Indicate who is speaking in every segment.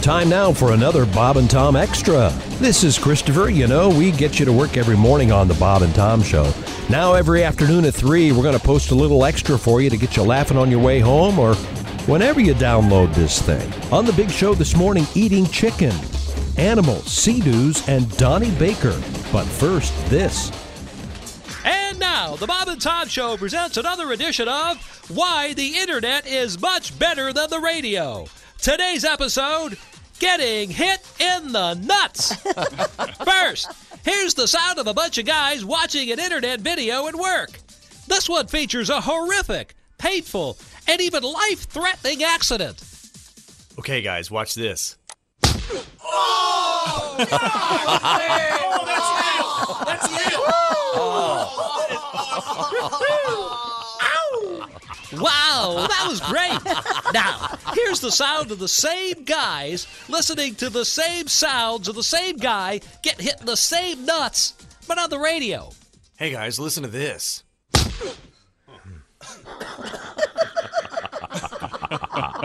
Speaker 1: Time now for another Bob and Tom Extra. This is Christopher. You know, we get you to work every morning on the Bob and Tom Show. Now, every afternoon at 3, we're going to post a little extra for you to get you laughing on your way home or whenever you download this thing. On the big show this morning, eating chicken, animals, sea doos, and Donnie Baker. But first, this.
Speaker 2: And now, the Bob and Tom Show presents another edition of Why the Internet is Much Better Than the Radio. Today's episode Getting Hit in the Nuts. First, here's the sound of a bunch of guys watching an internet video at work. This one features a horrific, painful, and even life threatening accident.
Speaker 3: Okay, guys, watch this.
Speaker 2: Wow, that was great. Now, here's the sound of the same guys listening to the same sounds of the same guy get hit in the same nuts, but on the radio.
Speaker 3: Hey, guys, listen to this.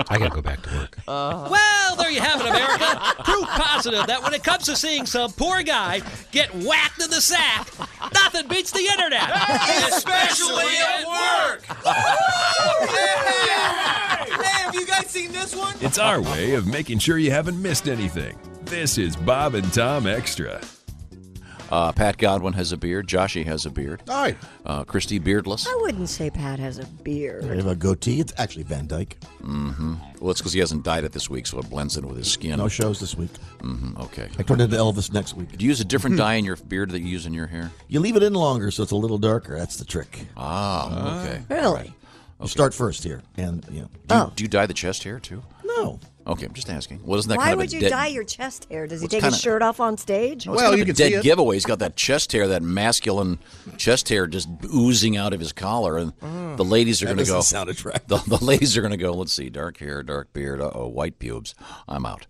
Speaker 4: I gotta go back to work.
Speaker 2: Well, there you have it, America. Proof positive that when it comes to seeing some poor guy get whacked in the sack, nothing beats the internet.
Speaker 5: Especially at work! Hey, have you guys seen this one?
Speaker 6: It's our way of making sure you haven't missed anything. This is Bob and Tom Extra.
Speaker 7: Uh, Pat Godwin has a beard. Joshy has a beard.
Speaker 8: Hi.
Speaker 7: Uh, Christy beardless.
Speaker 9: I wouldn't say Pat has a
Speaker 8: I
Speaker 9: beard.
Speaker 8: have a goatee. It's actually Van Dyke.
Speaker 7: Well, it's because he hasn't dyed it this week, so it blends in with his skin.
Speaker 8: No shows this week.
Speaker 7: Mhm, okay.
Speaker 8: I turned into Elvis next week.
Speaker 7: Do you use a different dye in your beard that you use in your hair?
Speaker 8: You leave it in longer so it's a little darker. That's the trick.
Speaker 7: Ah, okay.
Speaker 9: Really?
Speaker 8: You start first here, and you know,
Speaker 7: Do you,
Speaker 9: Oh.
Speaker 7: do you dye the chest hair too?
Speaker 8: no.
Speaker 7: Okay, I'm just asking. Well, isn't that
Speaker 9: Why
Speaker 7: kind of
Speaker 9: would
Speaker 7: a
Speaker 9: you
Speaker 7: dead,
Speaker 9: dye your chest hair? Does he
Speaker 7: It's
Speaker 9: take
Speaker 7: kinda-
Speaker 9: his shirt off on stage?
Speaker 7: Well, you can dead giveaway. He's got that chest hair, that masculine chest hair, just oozing out of his collar, and the ladies are
Speaker 8: That
Speaker 7: going to
Speaker 8: doesn't
Speaker 7: go.
Speaker 8: sound attractive.
Speaker 7: The, the ladies are going to go. Let's see, dark hair, dark beard, uh oh, white pubes. I'm out.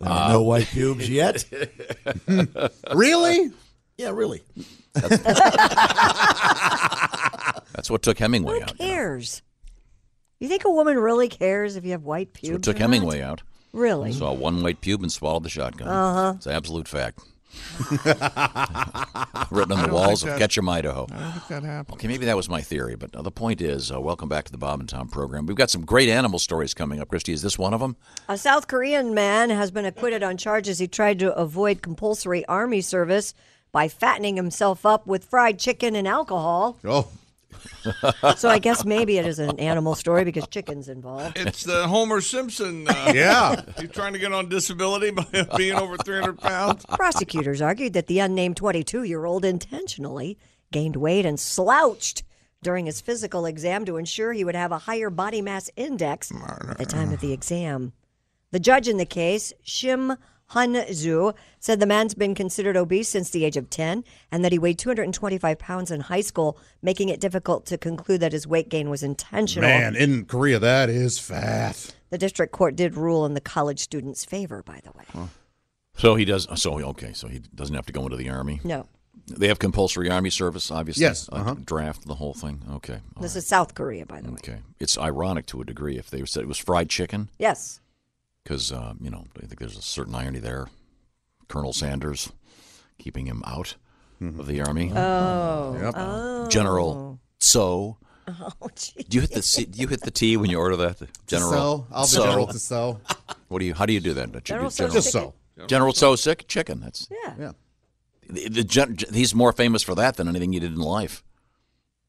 Speaker 8: There are no white pubes yet.
Speaker 5: Really?
Speaker 8: yeah, really.
Speaker 7: That's what took Hemingway
Speaker 9: Who
Speaker 7: out.
Speaker 9: cares? You think a woman really cares if you have white pubes?
Speaker 7: That's what
Speaker 9: or
Speaker 7: took
Speaker 9: not?
Speaker 7: Hemingway out.
Speaker 9: Really?
Speaker 7: Saw one white pube and swallowed the shotgun. Uh-huh. It's an absolute fact. Written on the walls of Ketchum, Idaho. Okay, maybe that was my theory, but uh, the point is, uh, welcome back to the Bob and Tom program. We've got some great animal stories coming up. Christy, is this one of them?
Speaker 9: A South Korean man has been acquitted on charges he tried to avoid compulsory army service by fattening himself up with fried chicken and alcohol.
Speaker 5: Oh,
Speaker 9: So I guess maybe it is an animal story because chicken's involved.
Speaker 10: It's the Homer Simpson. Uh,
Speaker 5: yeah.
Speaker 10: You're trying to get on disability by being over 300 pounds?
Speaker 9: Prosecutors argued that the unnamed 22 year old intentionally gained weight and slouched during his physical exam to ensure he would have a higher body mass index at the time of the exam. The judge in the case, Shim Hun Zhu, said the man's been considered obese since the age of 10 and that he weighed 225 pounds in high school, making it difficult to conclude that his weight gain was intentional.
Speaker 5: Man, in Korea, that is fat.
Speaker 9: The district court did rule in the college student's favor, by the way.
Speaker 7: So he does. So okay. So he doesn't have to go into the army.
Speaker 9: No,
Speaker 7: They have compulsory army service, obviously.
Speaker 5: Yes,
Speaker 7: Uh,
Speaker 5: uh-huh.
Speaker 7: Draft the whole thing. Okay. all
Speaker 9: this
Speaker 7: right.
Speaker 9: is South Korea, by the way.
Speaker 7: okay. It's ironic to a degree if they said it was fried chicken,
Speaker 9: Yes.
Speaker 7: because uh, you know I think there's a certain irony there. Colonel Sanders keeping him out of the army.
Speaker 9: Oh.
Speaker 5: Mm-hmm. Yep.
Speaker 7: General So.
Speaker 9: Oh, gee.
Speaker 7: Do you hit the C, do you hit the T when you order that General?
Speaker 5: So, I'll be
Speaker 7: So.
Speaker 5: general to so.
Speaker 7: What do you? How do you do that? General,
Speaker 9: General
Speaker 7: General,
Speaker 5: Just so.
Speaker 7: General So sick chicken. That's
Speaker 9: Yeah.
Speaker 5: Yeah.
Speaker 7: the, the gen, he's more famous for that than anything he did in life.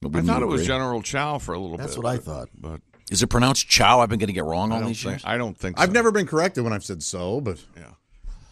Speaker 10: I
Speaker 7: Wouldn't
Speaker 10: thought
Speaker 7: you
Speaker 10: it was
Speaker 7: agree?
Speaker 10: General Chow for a little
Speaker 8: That's
Speaker 10: bit.
Speaker 8: what I thought.
Speaker 10: But
Speaker 7: Is it pronounced Chow? I've been getting it wrong
Speaker 10: I
Speaker 7: all
Speaker 10: don't,
Speaker 7: these
Speaker 10: think,
Speaker 7: years.
Speaker 10: I don't think so.
Speaker 5: I've never been corrected when I've said so, but
Speaker 10: Yeah.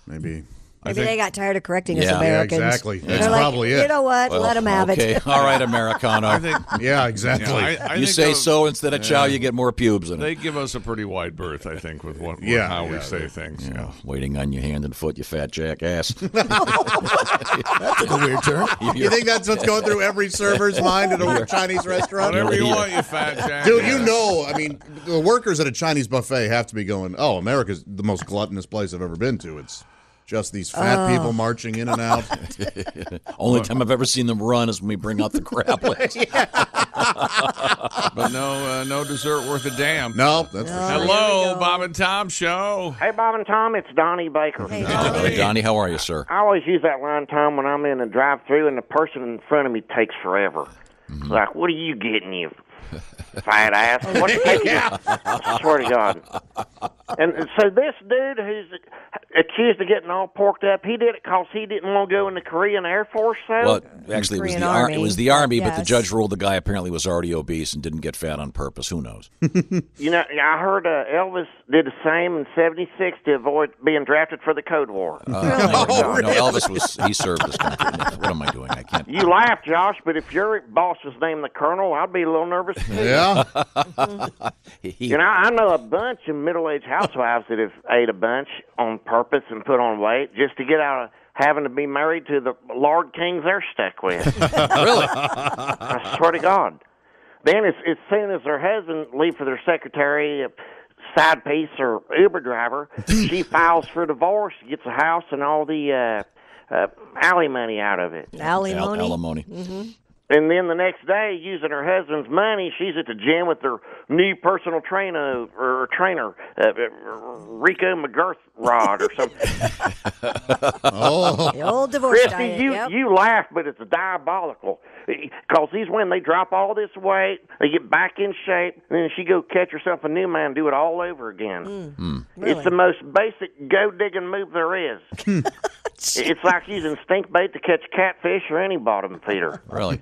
Speaker 5: maybe.
Speaker 9: Maybe they got tired of correcting us
Speaker 7: Yeah. Yeah,
Speaker 9: Americans.
Speaker 5: exactly. That's
Speaker 9: They're like,
Speaker 5: probably it.
Speaker 9: You know what?
Speaker 7: Well,
Speaker 9: Let them have
Speaker 7: Oh, okay.
Speaker 9: it.
Speaker 7: all right, Americano.
Speaker 10: I think.
Speaker 5: Yeah,
Speaker 10: yeah,
Speaker 5: exactly.
Speaker 10: I, I
Speaker 7: you
Speaker 10: think
Speaker 7: say
Speaker 10: of-
Speaker 7: so instead of Chow,
Speaker 10: yeah.
Speaker 7: you get more pubes in it.
Speaker 10: They give us a pretty wide berth, I think, with what
Speaker 5: Yeah,
Speaker 10: how we
Speaker 5: yeah,
Speaker 10: say
Speaker 5: they-
Speaker 10: things.
Speaker 7: You
Speaker 10: Yeah.
Speaker 7: know, waiting on your hand and foot, you fat jackass.
Speaker 8: That took a weird turn.
Speaker 5: You think that's what's going through every server's mind at a Chinese restaurant?
Speaker 10: Whatever you
Speaker 7: Yeah.
Speaker 10: want, you fat jack.
Speaker 5: Dude, you know, I mean, the workers at a Chinese buffet have to be going, oh, America's the most gluttonous place I've ever been to. It's just these fat people marching in and out.
Speaker 7: Only time I've ever seen them run is when we bring out the crab legs.
Speaker 10: but no, uh, no dessert worth a damn.
Speaker 5: No, that's
Speaker 7: for sure.
Speaker 10: hello, Bob and Tom show.
Speaker 11: Hey, Bob and Tom, it's Donnie Baker.
Speaker 7: Hey, Donnie, how are you, sir?
Speaker 11: I always use that line, Tom, when I'm in a drive through and the person in front of me takes forever. Like, what are you getting, you fat ass? What are you taking? I swear to God. And and so this dude who's accused of getting all porked up, he did it because he didn't want to go in the Korean Air Force. So
Speaker 7: Well, actually, it was the ar- it was the army, but the judge ruled the guy apparently was already obese and didn't get fat on purpose. Who knows? Uh,
Speaker 11: You know, I heard uh, Elvis did the same in '76 to avoid being drafted for the Code War.
Speaker 7: Uh, no, no, no, Elvis was he served his country. No, What am I doing? I can't.
Speaker 11: You laugh, Josh, but if your boss was named the Colonel, I'd be a little nervous too.
Speaker 7: He-
Speaker 11: You know, I know a bunch of middle-aged housewives that have ate a bunch on purpose and put on weight just to get out of having to be married to the lord kings they're stuck with.
Speaker 7: really?
Speaker 11: I swear to God. Then, as, as soon as her husband leave for their secretary, uh, side piece, or Uber driver, she files for divorce, gets a house and all the uh, uh, alimony out of it.
Speaker 9: Alimony.
Speaker 7: Al- alimony.
Speaker 9: Mhm.
Speaker 11: And then the next day, using her husband's money, she's at the gym with her new personal trainer, or trainer, uh, uh, Rico McGurth Rod, or something.
Speaker 9: Oh. The old divorce
Speaker 11: Christy,
Speaker 9: diet,
Speaker 11: you
Speaker 9: yep.
Speaker 11: you laugh, but it's diabolical. Because these women, they drop all this weight, they get back in shape, and then she go catch herself a new man, and do it all over again.
Speaker 9: Mm.
Speaker 11: It's the most basic go digging move there is. it's like using stink bait to catch catfish or any bottom feeder.
Speaker 7: Really?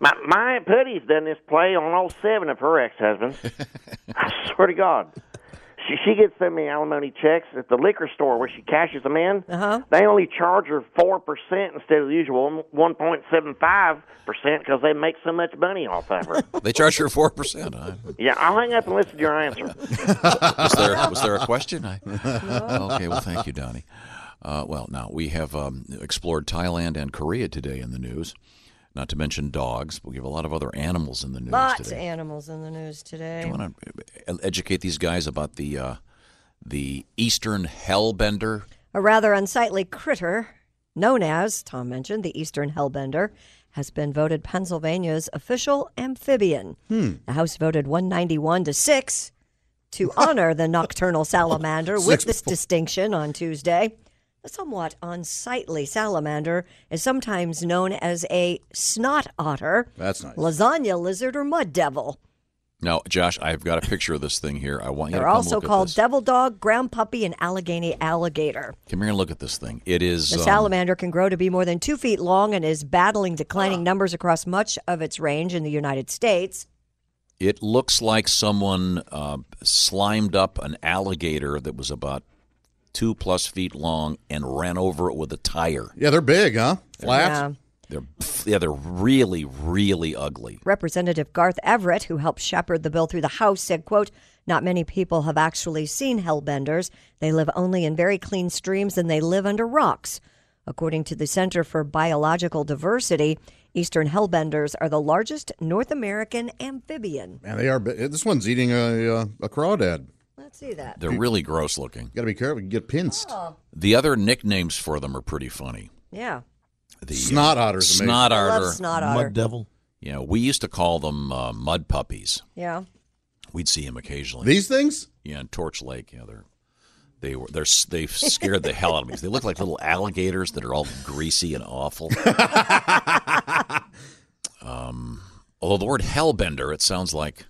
Speaker 11: My, my Aunt Putty's done this play on all seven of her ex husbands. I swear to God. She, she gets so many alimony checks at the liquor store where she cashes them in. Uh-huh. They only charge her 4% instead of the usual 1.75% because they make so much money off of her.
Speaker 7: They charge her four percent.
Speaker 11: yeah, I'll hang up and listen to your answer.
Speaker 7: Was there was there a question? I, okay. Well, thank you, Donnie. Uh, well, now we have um, explored Thailand and Korea today in the news. Not to mention dogs. We have a lot of other animals in the news
Speaker 9: Lots of
Speaker 7: today.
Speaker 9: animals in the news today.
Speaker 7: Do you want to uh, educate these guys about the uh, the Eastern Hellbender?
Speaker 9: A rather unsightly critter known as, Tom mentioned, the Eastern Hellbender, has been voted Pennsylvania's official amphibian.
Speaker 7: Hmm.
Speaker 9: The House voted 191 to 6 to honor the nocturnal salamander with
Speaker 12: Six
Speaker 9: this distinction on Tuesday. The somewhat unsightly salamander is sometimes known as a snot otter,
Speaker 5: That's nice.
Speaker 9: lasagna lizard, or mud devil.
Speaker 7: Now, Josh, I've got a picture of this thing here. I want you to
Speaker 9: They're
Speaker 7: come
Speaker 9: also
Speaker 7: look at
Speaker 9: called
Speaker 7: this.
Speaker 9: devil dog, ground puppy, and Allegheny alligator.
Speaker 7: Come here and look at this thing. It is
Speaker 9: The
Speaker 7: um,
Speaker 9: salamander can grow to be more than two feet long and is battling declining numbers across much of its range in the United States.
Speaker 7: It looks like someone uh, slimed up an alligator that was about two plus feet long and ran over it with a tire.
Speaker 5: Yeah, they're big, huh?
Speaker 9: Flat?
Speaker 7: They're yeah, they're really really ugly.
Speaker 9: Representative Garth Everett, who helped shepherd the bill through the House, said, quote, not many people have actually seen hellbenders. They live only in very clean streams and they live under rocks. According to the Center for Biological Diversity, eastern hellbenders are the largest North American amphibian.
Speaker 5: Man, they are. Big. This one's eating a uh, a crawdad.
Speaker 9: Let's see that.
Speaker 5: Hmm.
Speaker 7: They're really gross looking.
Speaker 5: Got to be careful. You get pinced.
Speaker 7: The other nicknames for them are pretty funny.
Speaker 9: Yeah.
Speaker 7: The uh,
Speaker 5: Snot otter's amazing.
Speaker 7: Snot
Speaker 5: I
Speaker 7: otter.
Speaker 5: love snot Mud otter. devil.
Speaker 7: Yeah, we used to call them uh, mud puppies.
Speaker 9: Yeah.
Speaker 7: We'd see him occasionally.
Speaker 5: These things?
Speaker 7: Yeah, in Torch Lake. Yeah, they're they were they're they scared the hell out of me. They look like little alligators that are all greasy and awful. um, although the word hellbender, it sounds like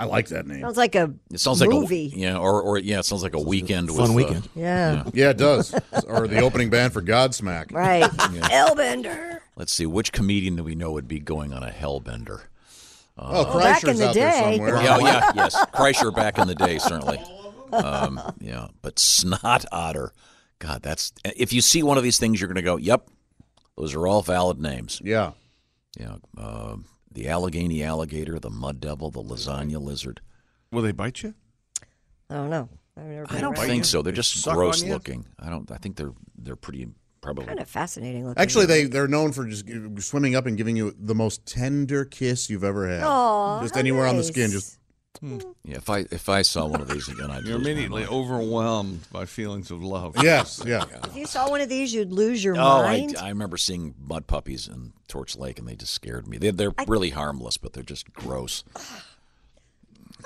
Speaker 5: I like that name.
Speaker 9: Sounds like a
Speaker 7: It sounds
Speaker 9: movie.
Speaker 7: like a yeah, or or yeah, it sounds like a weekend with
Speaker 5: fun
Speaker 7: uh,
Speaker 5: weekend.
Speaker 9: Yeah.
Speaker 5: Yeah, it does. or the opening band for Godsmack.
Speaker 9: Right.
Speaker 7: Yeah.
Speaker 9: Hellbender.
Speaker 7: Let's see, which comedian do we know would be going on a hellbender?
Speaker 5: Oh,
Speaker 7: Uh,
Speaker 5: Well, back in Kreischer's the out there day. somewhere.
Speaker 7: Yeah, oh, yeah, yes. Kreischer back in the day, certainly. Um, yeah, but snot otter. God, that's. If you see one of these things, you're going to go, yep, those are all valid names.
Speaker 5: Yeah.
Speaker 7: Yeah. um, the Allegheny alligator, the mud devil, the lasagna lizard.
Speaker 10: Will they bite you?
Speaker 9: I don't know. I've never been
Speaker 7: I don't
Speaker 9: around
Speaker 7: think
Speaker 9: them.
Speaker 7: so. They're
Speaker 5: They
Speaker 7: just
Speaker 5: suck on
Speaker 7: gross
Speaker 5: you?
Speaker 7: looking. I don't. I think they're they're pretty probably
Speaker 9: Kind of fascinating looking.
Speaker 5: Actually, they they're known for just gi- swimming up and giving you the most tender kiss you've ever had.
Speaker 9: Aw,
Speaker 5: just
Speaker 9: how
Speaker 5: anywhere on the
Speaker 9: nice.
Speaker 5: skin, just
Speaker 7: Yeah, if I if I saw one of these again, I'd
Speaker 10: You're
Speaker 7: lose my
Speaker 10: immediately
Speaker 7: mind.
Speaker 10: overwhelmed by feelings of love.
Speaker 5: Yes, yeah.
Speaker 9: If you saw one of these, you'd lose your
Speaker 7: Oh, I,
Speaker 9: mind.
Speaker 7: I remember seeing mud puppies in Torch Lake, and they just scared me. They're, they're really harmless, but they're just gross.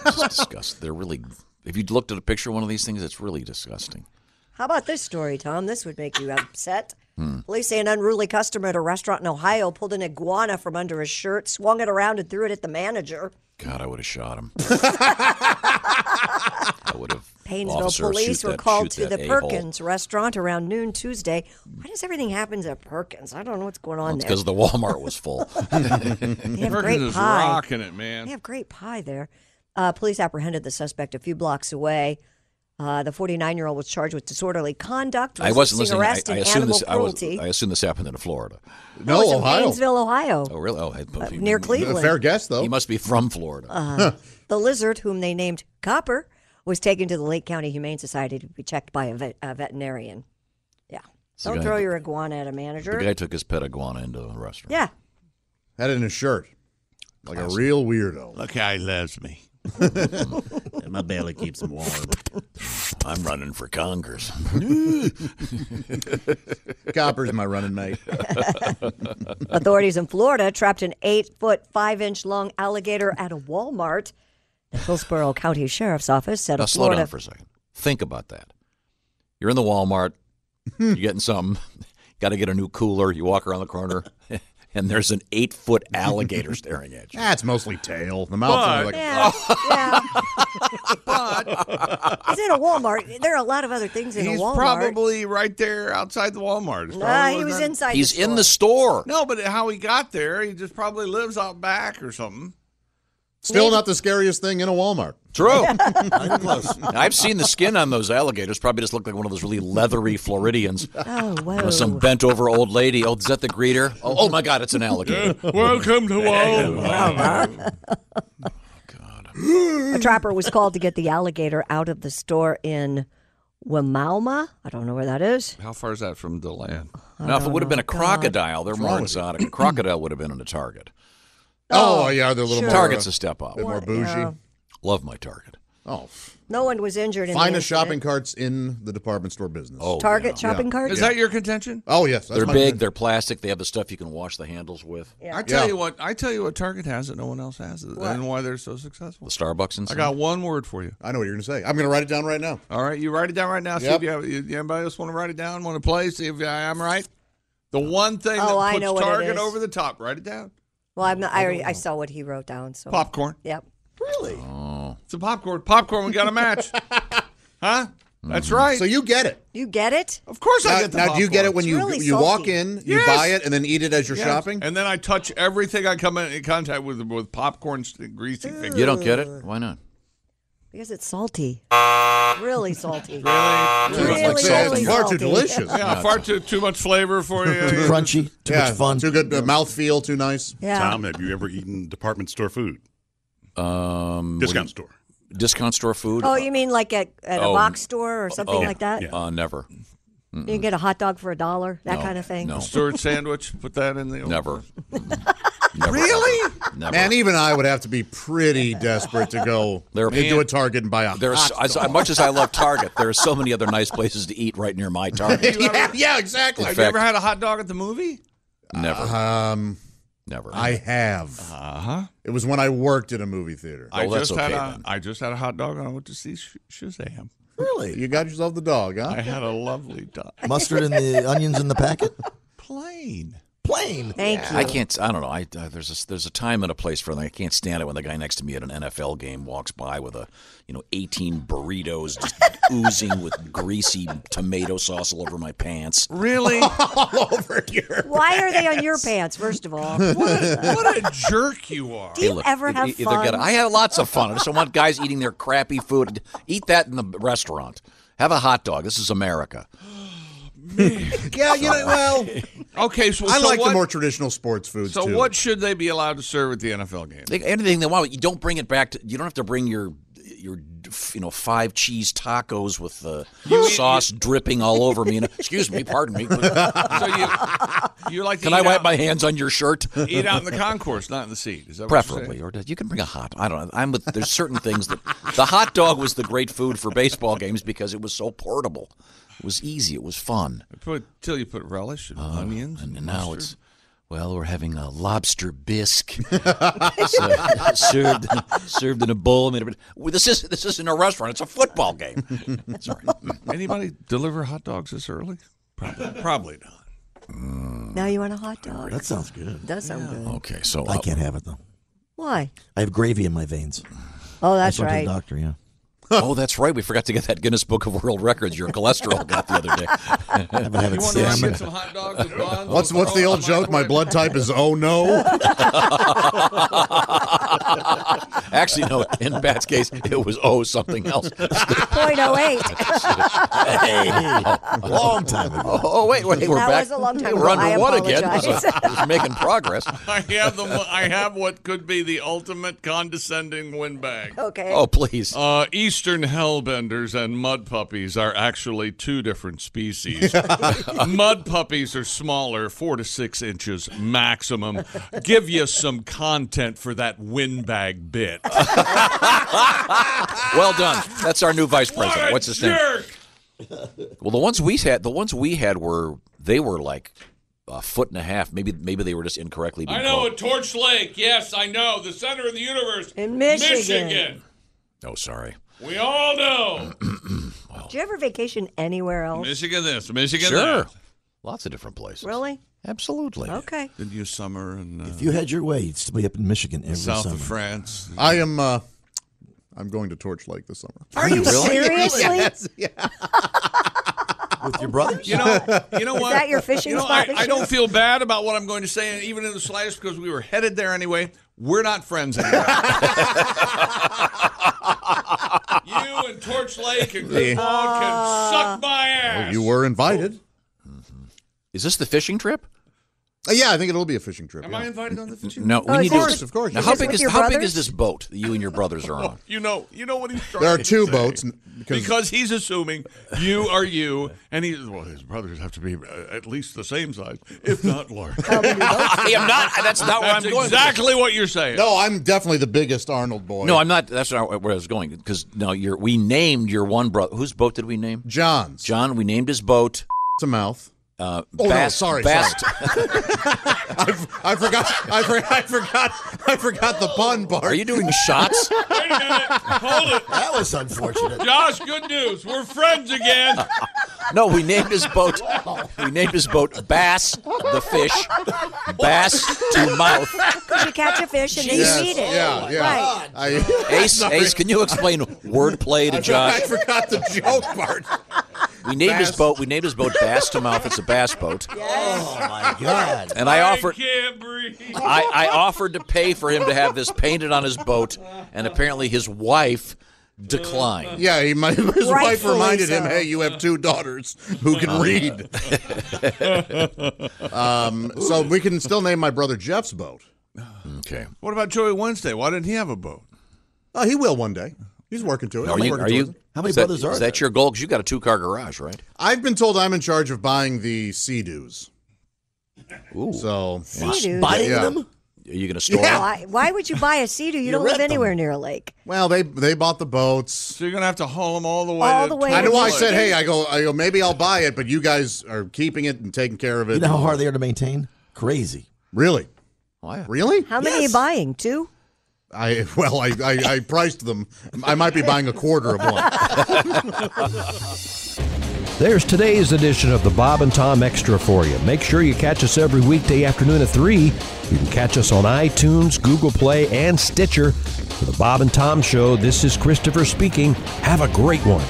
Speaker 7: just disgusting. They're really. If you looked at a picture of one of these things, it's really disgusting.
Speaker 9: How about this story, Tom? This would make you upset.
Speaker 5: Hmm.
Speaker 9: Police say an unruly customer at a restaurant in Ohio pulled an iguana from under his shirt, swung it around, and threw it at the manager.
Speaker 7: God, I would have shot him.
Speaker 9: Painesville
Speaker 7: Officer, shoot
Speaker 9: police were
Speaker 7: that-
Speaker 9: called to
Speaker 7: shoot
Speaker 9: the
Speaker 7: that a-hole.
Speaker 9: Perkins restaurant around noon Tuesday. Why does everything happen at Perkins? I don't know what's going on there.
Speaker 7: because the Walmart was full.
Speaker 9: They have
Speaker 10: Perkins
Speaker 9: great
Speaker 10: is
Speaker 9: pie.
Speaker 10: rocking it, man.
Speaker 9: They have great pie there. Uh, police apprehended the suspect a few blocks away. Uh, the 49 year old was charged with disorderly conduct,
Speaker 7: I wasn't
Speaker 9: resisting
Speaker 7: listening. I,
Speaker 9: arrest,
Speaker 7: I
Speaker 9: and
Speaker 7: assume
Speaker 9: animal
Speaker 7: this. I, was,
Speaker 9: cruelty.
Speaker 7: I assume this happened in Florida.
Speaker 10: Oh,
Speaker 9: No, it's in Ohio. Painesville, Ohio.
Speaker 7: Oh, really? Oh, I- he-
Speaker 9: Uh, near Cleveland. Fair
Speaker 5: guess, though.
Speaker 7: He must be from Florida.
Speaker 9: Uh, the lizard, whom they named Copper, was taken to the Lake County Humane Society to be checked by a, vet, a veterinarian. Yeah.
Speaker 7: So
Speaker 9: Don't
Speaker 7: you
Speaker 9: throw
Speaker 7: gotta-
Speaker 9: your iguana at a manager.
Speaker 7: the guy took his pet iguana into the restaurant.
Speaker 9: yeah.
Speaker 5: Had it in his shirt. Like a real weirdo.
Speaker 10: Look how he loves me.
Speaker 5: My belly keeps him warm.
Speaker 7: I'm running for Congress.
Speaker 5: Copper's my running mate.
Speaker 9: Authorities in Florida trapped an eight foot, five inch long alligator at a Walmart. The Hillsborough County Sheriff's Office said
Speaker 7: Now
Speaker 9: a
Speaker 7: slow
Speaker 9: Florida.
Speaker 7: down for a second. Think about that. You're in the Walmart. you're getting something. Got to get a new cooler. You walk around the corner, and there's an eight foot alligator staring at you.
Speaker 5: That's mostly tail. The mouth's only like
Speaker 9: yeah, yeah. He's in a Walmart. There are a lot of other things in
Speaker 10: He's
Speaker 9: a Walmart.
Speaker 10: probably right there outside the Walmart. It's
Speaker 9: Nah,
Speaker 10: probably
Speaker 9: he was
Speaker 10: not-
Speaker 9: inside.
Speaker 7: He's in the store.
Speaker 10: No, but how he got there, he just probably lives out back or something.
Speaker 5: still not the scariest thing in a Walmart.
Speaker 7: True. I've seen the skin on those alligators. Probably just look like one of those really leathery Floridians.
Speaker 9: Oh, whoa.
Speaker 7: With some bent over old lady. Oh, is that the greeter? Oh, oh my God, it's an alligator.
Speaker 10: Welcome to
Speaker 7: Walmart.
Speaker 9: A trapper was called to get the alligator out of the store in Wimauma. I don't know where that is.
Speaker 10: How far is that from the land?
Speaker 7: Now, if it
Speaker 9: don't
Speaker 7: would have been
Speaker 9: know.
Speaker 7: a crocodile, they're
Speaker 5: What's
Speaker 7: more
Speaker 5: wrong with you?
Speaker 7: exotic. A crocodile would have been a target.
Speaker 5: Oh, yeah, they're a little
Speaker 9: Sure.
Speaker 5: more.
Speaker 7: Target's
Speaker 5: uh,
Speaker 7: a step up.
Speaker 5: bit more
Speaker 9: What-
Speaker 5: bougie.
Speaker 9: yeah.
Speaker 7: Love my target.
Speaker 5: Oh,
Speaker 9: No one was injured in the
Speaker 5: finest
Speaker 9: incident.
Speaker 5: shopping carts in the department store business.
Speaker 7: Oh,
Speaker 9: Target
Speaker 7: yeah.
Speaker 9: shopping cart.
Speaker 10: Is that your contention?
Speaker 5: Oh yes, that's
Speaker 7: They're
Speaker 5: my
Speaker 7: big.
Speaker 5: opinion.
Speaker 7: They're plastic. They have the stuff you can wash the handles with.
Speaker 10: I tell
Speaker 5: Yeah.
Speaker 10: you what, I tell you what Target has that no one else has, and why they're so successful.
Speaker 7: The Starbucks and
Speaker 10: I
Speaker 7: stuff.
Speaker 10: got one word for you.
Speaker 5: I know what you're gonna say. I'm gonna write it down right now.
Speaker 10: All right, you write it down right now. See
Speaker 5: Yep.
Speaker 10: if you have you, anybody else want to write it down, want to play, see if I am right. The one thing
Speaker 9: Oh, I
Speaker 10: that
Speaker 9: know
Speaker 10: puts
Speaker 9: what it
Speaker 10: Target
Speaker 9: is.
Speaker 10: over the top. Write it down.
Speaker 9: Well, I'm not, I, already- I saw what he wrote down. So
Speaker 10: Popcorn.
Speaker 9: Yep.
Speaker 10: It's a popcorn. Popcorn. We got a match. huh? That's right.
Speaker 5: So you get it.
Speaker 9: You get it?
Speaker 10: of course I
Speaker 5: Now,
Speaker 10: get the
Speaker 5: now do you
Speaker 10: popcorn.
Speaker 5: get it when you
Speaker 9: really
Speaker 5: you walk
Speaker 9: salty.
Speaker 5: in, you
Speaker 10: Yes.
Speaker 5: buy it, and then eat it as you're
Speaker 10: Yes.
Speaker 5: shopping?
Speaker 10: And then I touch everything I come in in contact with with popcorn st- greasy things.
Speaker 7: You don't get it? Why not?
Speaker 9: Because it's salty. Really salty.
Speaker 10: Really?
Speaker 9: Really,
Speaker 7: like salt
Speaker 9: really
Speaker 7: in
Speaker 5: it's far too
Speaker 9: salty.
Speaker 5: delicious.
Speaker 10: Yeah, far too too much flavor for you.
Speaker 8: Crunchy, too
Speaker 5: Yeah,
Speaker 8: much fun.
Speaker 5: Too good uh, mouth feel. Too nice.
Speaker 9: Yeah.
Speaker 12: Tom, have you ever eaten department store food?
Speaker 7: Um,
Speaker 12: Discount store.
Speaker 7: when- discount store food?
Speaker 9: Oh, you mean like at, at a
Speaker 7: Oh,
Speaker 9: box store or something like that?
Speaker 7: Uh, never.
Speaker 9: You can get a hot dog for a dollar, that
Speaker 7: No,
Speaker 9: kind of thing.
Speaker 7: no.
Speaker 10: Stirred sandwich. Put that in the oven.
Speaker 7: Never. Never.
Speaker 10: Really?
Speaker 7: Never.
Speaker 5: Man, even I would have to be pretty desperate to go
Speaker 7: There-
Speaker 5: into
Speaker 7: Man.
Speaker 5: a Target and buy a.
Speaker 7: There's as, as much as I love Target, there are so many other nice places to eat right near my Target.
Speaker 5: yeah, yeah, exactly.
Speaker 10: Have
Speaker 7: In
Speaker 10: you ever
Speaker 7: fact-
Speaker 10: had a hot dog at the movie?
Speaker 7: Never.
Speaker 5: Um,
Speaker 7: never.
Speaker 5: I have.
Speaker 10: Uh huh.
Speaker 5: It was when I worked at a movie theater.
Speaker 10: I
Speaker 7: that's
Speaker 10: just had
Speaker 7: okay,
Speaker 10: a I
Speaker 7: then.
Speaker 10: just had a hot dog and I went to see Sh- Shazam.
Speaker 8: Really?
Speaker 5: You got yourself the dog, huh?
Speaker 10: I had a lovely dog.
Speaker 8: Mustard and the onions in the packet?
Speaker 10: Plain.
Speaker 8: Plain.
Speaker 9: Thank you.
Speaker 7: I can't. I don't know. I uh, there's a, there's a time and a place for that. I can't stand it when the guy next to me at an NFL game walks by with a you know 18 burritos just oozing with greasy tomato sauce all over my pants.
Speaker 10: Really?
Speaker 5: all over here.
Speaker 9: Why are they on your pants, first of all? Do
Speaker 10: what, a, what a jerk you are.
Speaker 9: you ever
Speaker 7: e-
Speaker 9: have
Speaker 7: either
Speaker 9: fun?
Speaker 7: get- I have lots of fun. I just don't want guys eating their crappy food. Eat that in the restaurant. Have a hot dog. This is America.
Speaker 5: Yeah, you know. Well,
Speaker 10: Okay, so
Speaker 5: I
Speaker 10: so
Speaker 5: like
Speaker 10: what,
Speaker 5: the more traditional sports foods
Speaker 10: So
Speaker 5: too.
Speaker 10: what should they be allowed to serve at the NFL game?
Speaker 7: They, anything they want. You don't bring it back. To, you don't have to bring your your f- you know five cheese tacos with the
Speaker 10: You eat-
Speaker 7: sauce dripping all over me. And excuse me, pardon me.
Speaker 10: so you, you like uh, to
Speaker 7: Can I
Speaker 10: eat
Speaker 7: wipe
Speaker 10: out-
Speaker 7: my hands on your shirt?
Speaker 10: Eat out in the concourse, not in the seat. Is that what you're saying?
Speaker 7: Preferably, or does- you can bring a hot. I don't know. I'm with. There's certain things that the hot dog was the great food for baseball games because it was so portable. It was easy. It was fun.
Speaker 10: Put, till you put relish and onions and,
Speaker 7: now
Speaker 10: mustard.
Speaker 7: it's well, we're having a lobster bisque So- served served in a bowl. Made of, well, this is this isn't a restaurant. It's a football game. Sorry.
Speaker 10: Anybody deliver hot dogs this early? Probably, probably not.
Speaker 9: Now you want a hot dog?
Speaker 8: That sounds good.
Speaker 9: Does sound good.
Speaker 7: Okay, so uh,
Speaker 8: I can't have it though.
Speaker 9: Why?
Speaker 8: I have gravy in my veins.
Speaker 9: Oh, that's
Speaker 8: I went
Speaker 9: right.
Speaker 8: To the doctor, yeah.
Speaker 7: oh, that's right. We forgot to get that Guinness Book of World Records your cholesterol got the other day.
Speaker 8: I haven't had it You wanna since. get some
Speaker 10: hot dogs with buns?
Speaker 5: Oh, What's what's the old joke? My blood type is oh no.
Speaker 7: Actually, no. In Bat's case, it was oh something else.
Speaker 9: Point oh eight.
Speaker 7: Hey,
Speaker 8: long time ago.
Speaker 7: Oh wait, wait, we're
Speaker 9: That
Speaker 7: back.
Speaker 9: was a long time
Speaker 7: We're
Speaker 9: ago.
Speaker 7: under
Speaker 9: I
Speaker 7: one again. So
Speaker 9: apologize.
Speaker 7: we're making progress.
Speaker 10: I have the mo- I have what could be the ultimate condescending windbag.
Speaker 9: Okay.
Speaker 7: Oh please.
Speaker 10: Uh, Eastern hellbenders and mud puppies are actually two different species. mud puppies are smaller, four to six inches maximum. Give you some content for that windbag bit.
Speaker 7: Well done. That's our new vice president. What's his name? Well, the ones we had, the ones we had were they were like a foot and a half. Maybe maybe they were just incorrectly. Being
Speaker 10: I know at Torch Lake. Yes, I know the center of the universe
Speaker 9: In Michigan. Michigan.
Speaker 7: Oh, sorry.
Speaker 10: We all know
Speaker 9: Do you ever vacation anywhere else?
Speaker 10: Michigan. This Michigan.
Speaker 7: Sure.
Speaker 10: That.
Speaker 7: Lots of different places.
Speaker 9: Really?
Speaker 7: Absolutely.
Speaker 9: Okay.
Speaker 10: Didn't you summer and uh,
Speaker 8: If you had your way, you'd still be up in Michigan every
Speaker 10: south
Speaker 8: summer.
Speaker 10: of France?
Speaker 5: I am. Uh, I'm going to Torch Lake this summer.
Speaker 9: Are you
Speaker 7: Really?
Speaker 9: seriously?
Speaker 5: Yes, yeah.
Speaker 8: With your brother.
Speaker 10: You know, you know
Speaker 9: Is
Speaker 10: what?
Speaker 9: that your fishing
Speaker 10: you know,
Speaker 9: spot
Speaker 10: I,
Speaker 9: this
Speaker 10: I
Speaker 9: year?
Speaker 10: don't feel bad about what I'm going to say, and even in the slightest, because we were headed there anyway. We're not friends anymore. you and Torch Lake and Green Lawn can suck my
Speaker 9: Oh,
Speaker 10: ass.
Speaker 5: You were invited.
Speaker 7: Is this the fishing trip?
Speaker 9: Oh,
Speaker 5: Uh, yeah, I think it'll be a fishing trip.
Speaker 10: Am
Speaker 5: yeah.
Speaker 10: I invited on the fishing?
Speaker 7: No, we
Speaker 9: is
Speaker 7: need
Speaker 9: this
Speaker 7: to.
Speaker 9: with-
Speaker 5: Of course,
Speaker 7: Now,
Speaker 5: is
Speaker 7: how
Speaker 9: this
Speaker 7: big
Speaker 9: with
Speaker 7: is
Speaker 9: your
Speaker 7: how big
Speaker 9: brothers?
Speaker 7: is this boat that you and your brothers are on?
Speaker 10: You know, you know what he's trying
Speaker 5: There are
Speaker 10: to
Speaker 5: two
Speaker 10: say.
Speaker 5: boats n- because,
Speaker 10: Because he's assuming you are you, and he well, his brothers have to be uh, at least the same size, if not larger.
Speaker 7: I am not. That's not where
Speaker 10: That's
Speaker 7: I'm going.
Speaker 10: exactly what you're saying.
Speaker 5: no, I'm definitely the biggest Arnold boy.
Speaker 7: No, I'm not. That's not where I was going. Because no, you're, we named your one brother. Whose boat did we name?
Speaker 5: John's.
Speaker 7: John. We named his boat.
Speaker 5: to mouth.
Speaker 7: Uh,
Speaker 5: Oh, no,
Speaker 7: Bast-
Speaker 5: sorry,
Speaker 7: Bast-
Speaker 5: I forgot. I, for, I forgot. I forgot the pun part.
Speaker 7: Are you doing shots?
Speaker 10: Wait a minute. Hold it.
Speaker 8: That was unfortunate.
Speaker 10: Josh, good news. We're friends again.
Speaker 7: No, we named his boat. We named his boat Bass the fish, Bass to mouth.
Speaker 9: Because you catch a fish and then you
Speaker 5: Yes,
Speaker 9: eat it.
Speaker 5: Yeah, yeah.
Speaker 9: Right.
Speaker 5: I,
Speaker 7: Ace, Ace, can you explain wordplay to
Speaker 5: I
Speaker 7: Josh?
Speaker 5: forgot the joke part.
Speaker 7: We named his
Speaker 5: Bass.
Speaker 7: boat. We named his boat Bass to mouth. It's a bass boat,
Speaker 8: Oh my God.
Speaker 7: and I offered.
Speaker 10: can't breathe.
Speaker 7: I, I offered to pay for him to have this painted on his boat, and apparently his wife declined.
Speaker 5: Yeah, he, might- his wife
Speaker 9: Rightfully
Speaker 5: reminded him,
Speaker 9: so.
Speaker 5: "Hey, you have two daughters who can
Speaker 7: Uh-huh.
Speaker 5: read." um, so we can still name my brother Jeff's boat.
Speaker 7: Okay.
Speaker 10: What about Joey Wednesday? Why didn't he have a boat?
Speaker 5: Oh, he will one day. He's working to it.
Speaker 7: Are
Speaker 5: I'm
Speaker 7: you?
Speaker 5: working
Speaker 7: Are
Speaker 5: towards
Speaker 7: you?
Speaker 5: it.
Speaker 8: How many
Speaker 7: is that-
Speaker 8: brothers are
Speaker 7: Is
Speaker 8: there?
Speaker 7: that your goal? Because you got a two-car garage, right?
Speaker 5: I've been told I'm in charge of buying the sea dews. Ooh. So
Speaker 9: Sea doo.
Speaker 8: Biting
Speaker 5: Yeah.
Speaker 8: them?
Speaker 7: Are you going to store?
Speaker 5: Yeah.
Speaker 7: them?
Speaker 9: Why, why would you buy a sea doo? You, don't
Speaker 8: rent
Speaker 9: live
Speaker 8: them.
Speaker 9: anywhere near a lake.
Speaker 5: well, they they bought the boats.
Speaker 10: So you're going to have to haul him all the way.
Speaker 9: All
Speaker 10: to
Speaker 9: the way
Speaker 5: I know. I
Speaker 9: Really?
Speaker 5: said, "Hey, I go, I go. Maybe I'll buy it, but you guys are keeping it and taking care of it."
Speaker 8: You know how hard they are to maintain? Crazy.
Speaker 5: Really,
Speaker 7: Why?
Speaker 5: really?
Speaker 9: How many are you buying? Two?
Speaker 5: I well, I, I I priced them. I might be buying a quarter of one.
Speaker 1: There's today's edition of the Bob and Tom Extra for you. Make sure you catch us every weekday afternoon at 3. You can catch us on iTunes, Google Play, and Stitcher. For the Bob and Tom Show, this is Christopher speaking. Have a great one.